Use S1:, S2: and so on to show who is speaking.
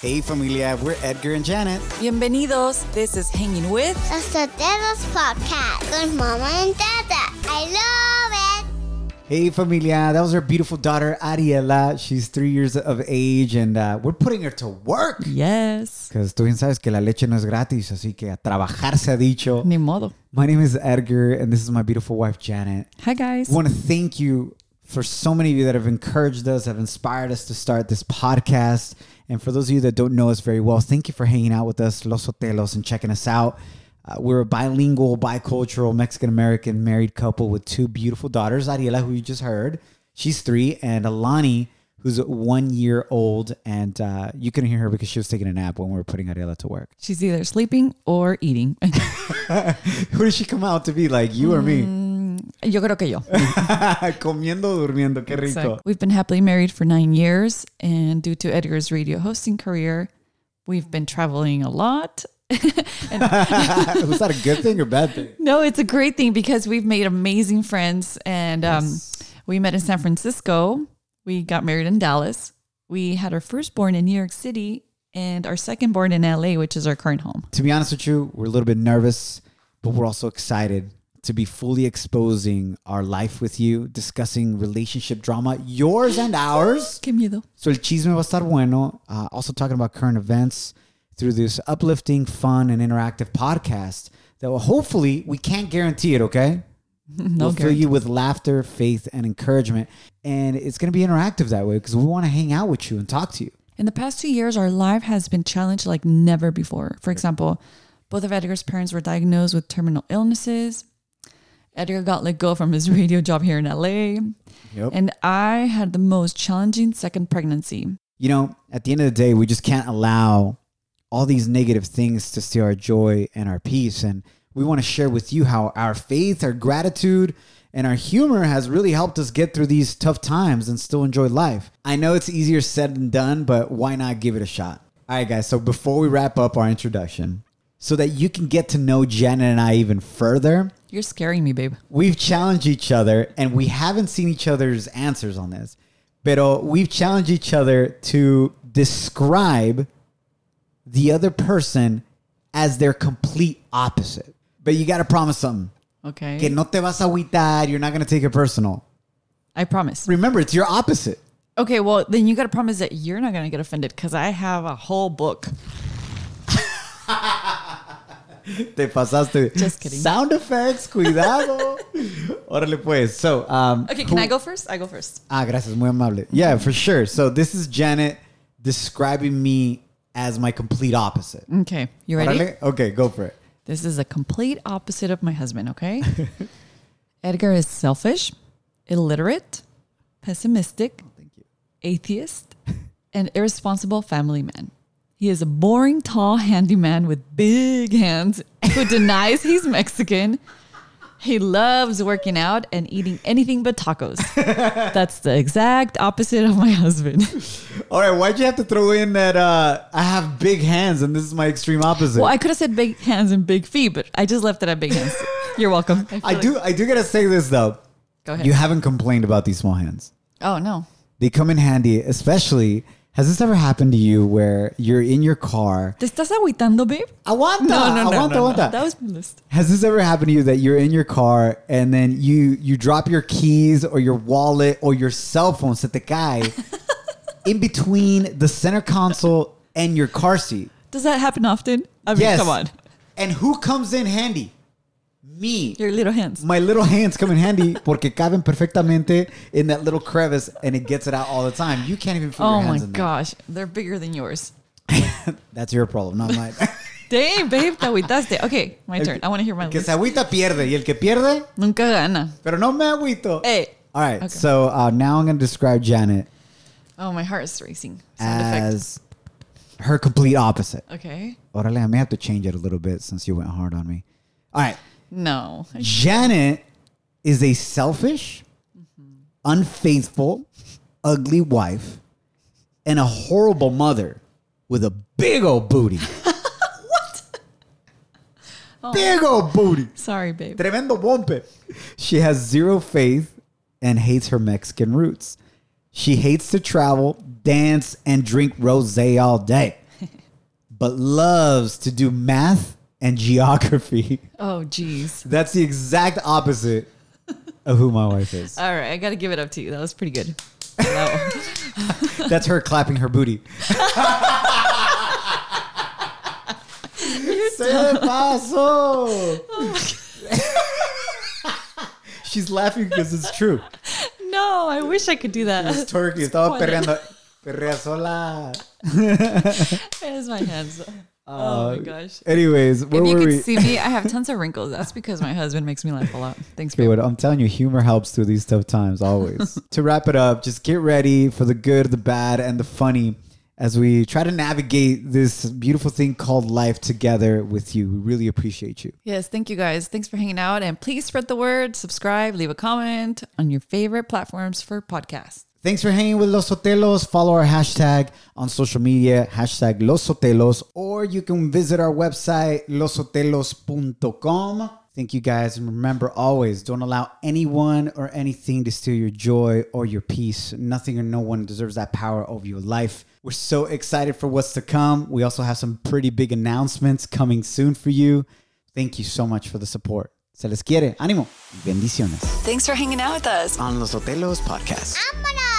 S1: Hey, familia, we're Edgar and Janet.
S2: Bienvenidos. This is Hanging With.
S3: Los Solteros Podcast with Mama and Dada. I love it.
S1: Hey, familia, that was our beautiful daughter, Ariela. She's three years of age and uh, we're putting her to work.
S2: Yes.
S1: Because tú bien sabes que la leche no es gratis, así que a trabajar se ha dicho.
S2: Ni modo.
S1: My name is Edgar and this is my beautiful wife, Janet.
S2: Hi, guys.
S1: I want to thank you for so many of you that have encouraged us, have inspired us to start this podcast. And for those of you that don't know us very well, thank you for hanging out with us, Los Otelos, and checking us out. Uh, we're a bilingual, bicultural, Mexican American married couple with two beautiful daughters, Ariela, who you just heard. She's three, and Alani, who's one year old. And uh, you couldn't hear her because she was taking a nap when we were putting Ariela to work.
S2: She's either sleeping or eating.
S1: Who did she come out to be, like you or me?
S2: yo creo que yo.
S1: Comiendo, durmiendo, qué rico.
S2: We've been happily married for nine years, and due to Edgar's radio hosting career, we've been traveling a lot.
S1: Was that a good thing or bad thing?
S2: No, it's a great thing because we've made amazing friends, and um, we met in San Francisco. We got married in Dallas. We had our firstborn in New York City, and our secondborn in LA, which is our current home.
S1: to be honest with you, we're a little bit nervous, but we're also excited to be fully exposing our life with you, discussing relationship drama, yours and ours.
S2: Qué miedo.
S1: So el chisme va a estar bueno. Uh, also talking about current events through this uplifting, fun, and interactive podcast that will hopefully we can't guarantee it. Okay,
S2: No
S1: we'll fill you with laughter, faith, and encouragement, and it's going to be interactive that way because we want to hang out with you and talk to you.
S2: In the past two years, our life has been challenged like never before. For example, both of Edgar's parents were diagnosed with terminal illnesses. Edgar got let go from his radio job here in LA.
S1: Yep.
S2: And I had the most challenging second pregnancy.
S1: you know, at the end of the day, we just can't allow all these negative things to steal our joy and our peace. And we want to share with you how our faith, our gratitude, and our humor has really helped us get through these tough times and still enjoy life. I know it's easier said than done, but why not give it a shot? All right, guys. So before we wrap up our introduction, so that you can get to know Janet and I even further,
S2: You're scaring me, babe.
S1: we've challenged each other and we haven't seen each other's answers on this. But we've challenged each other to describe the other person as their complete opposite. But you got to promise something.
S2: Okay.
S1: Que no te vas a agüitar. You're not going to take it personal.
S2: I promise.
S1: Remember, it's your opposite.
S2: Okay, well, then you got to promise that you're not going to get offended because I have a whole book.
S1: Te pasaste.
S2: Just kidding.
S1: Sound effects, cuidado. Órale pues. So, um,
S2: Okay,
S1: who-
S2: can I go first? I go first.
S1: Ah, gracias, muy amable. Yeah, for sure. So this is Janet describing me as my complete opposite.
S2: Okay, you ready?
S1: Órale. Okay, go for it.
S2: This is a complete opposite of my husband, okay? Edgar is selfish, illiterate, pessimistic,
S1: Thank you.
S2: atheist, and irresponsible family man. He is a boring, tall, handy man with big hands who denies he's Mexican. He loves working out and eating anything but tacos. That's the exact opposite of my husband.
S1: All right, why'd you have to throw in that uh, I have big hands and this is my extreme opposite?
S2: Well, I could have said big hands and big feet, but I just left it at big hands. You're welcome. feel
S1: I
S2: like-
S1: do I do gotta say this though.
S2: Go ahead.
S1: You haven't complained about these small hands.
S2: oh, no.
S1: They come in handy, especially has this ever happened to you where you're in your car?
S2: ¿Te estás agüitando, babe?
S1: Aguanta, aguanta, aguanta.
S2: That was my list.
S1: Has this ever happened to you that you're in your car and then you you drop your keys or your wallet or your cell phone se te cae in between the center console and your car seat?
S2: Does that happen often? I mean,
S1: Yes.
S2: come on.
S1: And who comes in handy? Me.
S2: Your little hands.
S1: My little hands come in handy porque caben perfectamente in that little crevice and it gets it out all the time. You can't even feel
S2: Oh
S1: your
S2: my
S1: hands in there.
S2: gosh, they're bigger than yours.
S1: That's your problem, not mine.
S2: Dang, babe, te agüitaste. Okay, my turn. I want to hear my
S1: El que
S2: list.
S1: se agüita pierde y el que pierde,
S2: Nunca gana.
S1: pero no me agüito.
S2: Hey.
S1: All right,
S2: Okay.
S1: so uh, now I'm going to describe Janet
S2: Oh, my heart is racing. Sound effect.
S1: as her complete opposite.
S2: Okay.
S1: Orale, I may have to change it a little bit since you went hard on me. All right,
S2: No.
S1: Janet is a selfish, unfaithful, ugly wife, and a horrible mother with a big old booty. what? Big old booty.
S2: Sorry, babe.
S1: Tremendo bombe. She has zero faith and hates her Mexican roots. She hates to travel, dance, and drink rose all day. but loves to do math and geography.
S2: Oh, jeez.
S1: That's the exact opposite of who my wife is.
S2: All right, I got to give it up to you. That was pretty good. That one.
S1: That's her clapping her booty. Se le pasó. She's laughing because it's true.
S2: no, I wish I could do that.
S1: It's twerking. Estaba
S2: funny.
S1: perreando. Perrea sola.
S2: There's my hands.
S1: Uh,
S2: oh my gosh.
S1: Anyways, where
S2: if you
S1: were
S2: could
S1: we?
S2: see me, I have tons of wrinkles. That's because my husband makes me laugh a lot. Thanks,
S1: Okay,
S2: babe.
S1: what I'm telling you, humor helps through these tough times always. to wrap it up, just get ready for the good, the bad, and the funny as we try to navigate this beautiful thing called life together with you. We really appreciate you.
S2: Yes, thank you guys. Thanks for hanging out. And please spread the word, subscribe, leave a comment on your favorite platforms for podcasts.
S1: Thanks for hanging with Los Sotelos. Follow our hashtag on social media, hashtag Los Sotelos, or you can visit our website, losotelos.com. Thank you guys. And remember always, don't allow anyone or anything to steal your joy or your peace. Nothing or no one deserves that power over your life. We're so excited for what's to come. We also have some pretty big announcements coming soon for you. Thank you so much for the support. Se les quiere. Ánimo. Bendiciones.
S2: Thanks for hanging out with us.
S1: On Los Otelos Podcast.
S3: ¡Vámonos!